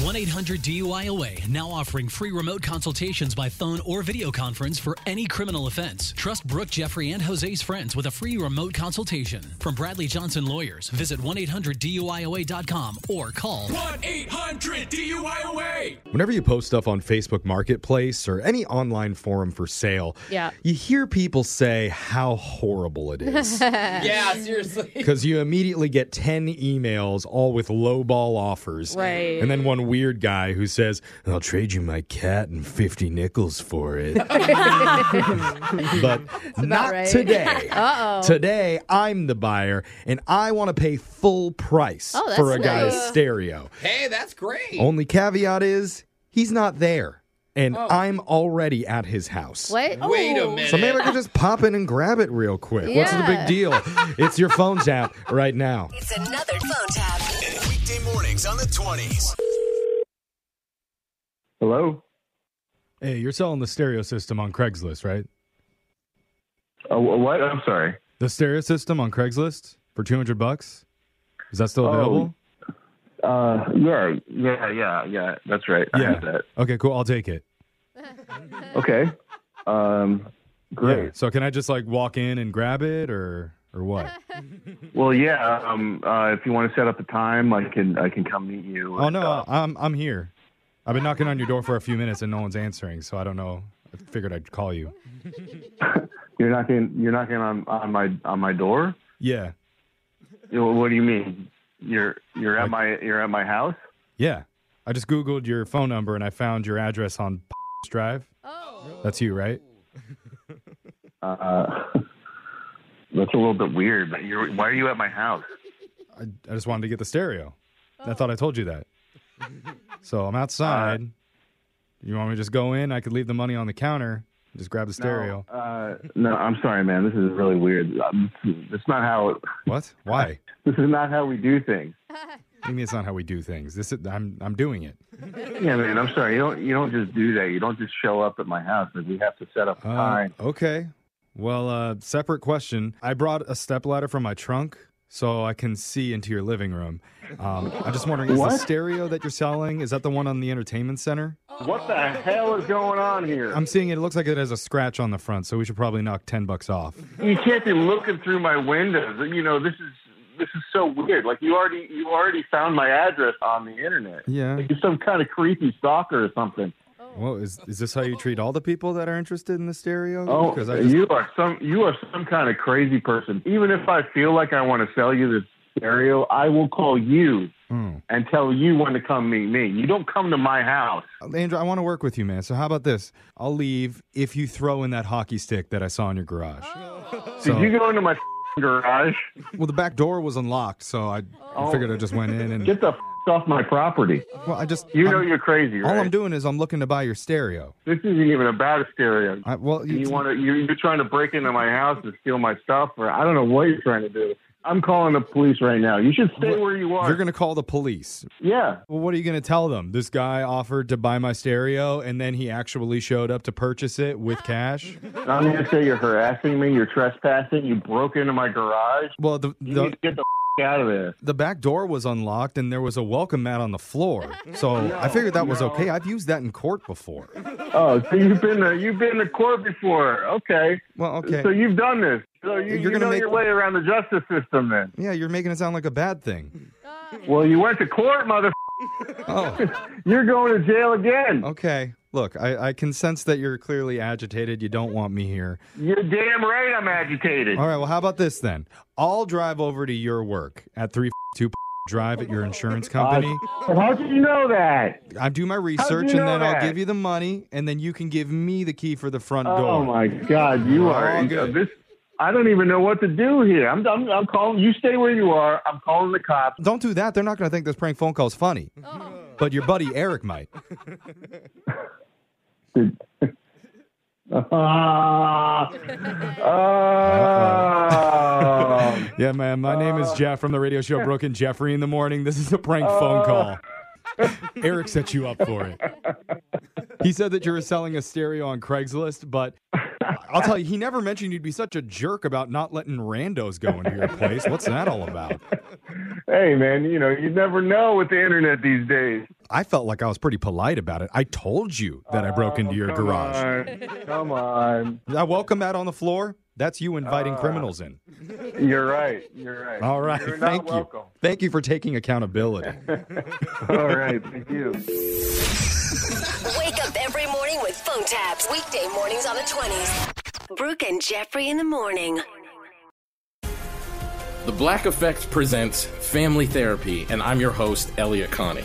1 800 DUIOA now offering free remote consultations by phone or video conference for any criminal offense. Trust Brooke, Jeffrey, and Jose's friends with a free remote consultation. From Bradley Johnson Lawyers, visit 1 800 DUIOA.com or call 1 800 DUIOA. Whenever you post stuff on Facebook Marketplace or any online forum for sale, Yeah. you hear people say how horrible it is. Yeah, seriously. Because you immediately get 10 emails, all with lowball offers. Right. And then one weird guy who says, I'll trade you my cat and 50 nickels for it. but not right. today. Uh-oh. Today, I'm the buyer and I want to pay full price Oh, that's for a guy's nice. stereo. Hey, that's great. Only caveat is he's not there, and I'm already at his house. What? Wait a minute. So maybe I could just pop in and grab it real quick. What's the big Yeah. deal? it's your phone's out right now. It's another phone tap. Weekday mornings on the 20s. Hello? Hey, you're selling the stereo system on Craigslist, right? Uh, what? I'm sorry. The stereo system on Craigslist for 200 bucks? Is that still Oh, available? Uh, yeah, yeah, yeah, yeah. That's right. I Yeah. heard that. Okay, cool. I'll take it. Okay. Um, Yeah. great. So can I just like walk in and grab it or or what? Well, yeah. Um, uh, if you want to set up a time, I can I can come meet you. uh, oh no, I- I'm I'm here. I've been knocking on your door for a few minutes and no one's answering, so I don't know. I figured I'd call you. You're knocking. You're knocking on, on my on my door. Yeah. You know, What do you mean? You're you're at my you're at my house. Yeah. I just Googled your phone number and I found your address on Drive. Oh. That's you, right? Uh, that's a little bit weird. But you're, why are you at my house? I, I just wanted to get the stereo. I thought I told you that. so I'm outside. you want me to just go in? I could leave the money on the counter and just grab the stereo. No, uh, no, I'm sorry, man. This is really weird. Um, It's not how. What? Why? This is not how we do things. I mean, it's not how we do things. This is, I'm I'm doing it. Yeah, man. I'm sorry. You don't. You don't just do that. You don't just show up at my house. Like, we have to set up a Uh, time. okay. Well, uh, separate question. I brought a stepladder from my trunk so I can see into your living room. Um, I'm just wondering, is the What? stereo that you're selling is that the one on the entertainment center? What the hell is going on here? I'm seeing it. It looks like it has a scratch on the front, so we should probably knock ten bucks off. you can't be looking through my windows. You know this is this is so weird. Like you already you already found my address on the internet. Yeah. Like you're some kind of creepy stalker or something. Well, is is this how you treat all the people that are interested in the stereo? Oh, Because I just, you are some you are some kind of crazy person. Even if I feel like I want to sell you this stereo, I will call you Mm. and tell you when to come meet me. You don't come to my house. Andrew, I want to work with you, man. So how about this? I'll leave if you throw in that hockey stick that I saw in your garage. So, Did you go into my garage? well, Oh. the back door was unlocked, so I I figured I just went in and Get the off my property. Well, I just you know you're crazy. All right? I'm doing is I'm looking to buy your stereo. This isn't even about a stereo. I, well, you want to you're, you're trying to break into my house and steal my stuff, or I don't know what you're trying to do. I'm calling the police right now. You should stay where you are. You're going to call the police. Yeah. Well, what are you going to tell them? This guy offered to buy my stereo, and then he actually showed up to purchase it with cash. I'm going to say you're harassing me. You're trespassing. You broke into my garage. Well, the, you the- need to get the f- out of there. The back door was unlocked, and there was a welcome mat on the floor. So I figured that was okay. I've used that in court before. Oh, so you've been to, you've been to court before? Okay. Well, okay. So you've done this. So you, You're you gonna know make- your way around the justice system, then. Yeah, you're making it sound like a bad thing. Well, you went to court, mother. Oh. You're going to jail again. Okay. Look, I, I can sense that you're clearly agitated. You don't want me here. You're damn right. I'm agitated. All right. Well, how about this then? I'll drive over to your work at three two drive at your insurance company. Uh, How did you know that? I do my research and you know then that? I'll give you the money and then you can give me the key for the front door. Oh my God, you We're are all good. this. I don't even know what to do here. I'm, I'm, I'm calling. You stay where you are. I'm calling the cops. Don't do that. They're not going to think this prank phone call's funny. But your buddy Eric might. Uh, Ah. Ah. Yeah, man. My name is Jeff from the radio show Brooke and Jeffrey in the morning. This is a prank phone call. Eric set you up for it. He said that you were selling a stereo on Craigslist, but I'll tell you, he never mentioned you'd be such a jerk about not letting randos go into your place. What's that all about? hey man, you know you never know with the internet these days. I felt like I was pretty polite about it. I told you that I broke into your Oh, Come garage. on. Come on. Ah. I welcome that on the floor. That's you inviting criminals in. You're right. You're right. All right. You're not Thank you. welcome. Thank you for taking accountability. All right. Thank you. Wake up every morning with phone taps. Weekday mornings on the 20s. Brooke and Jeffrey in the morning. The Black Effect presents Family Therapy, and I'm your host, Elliot Connie.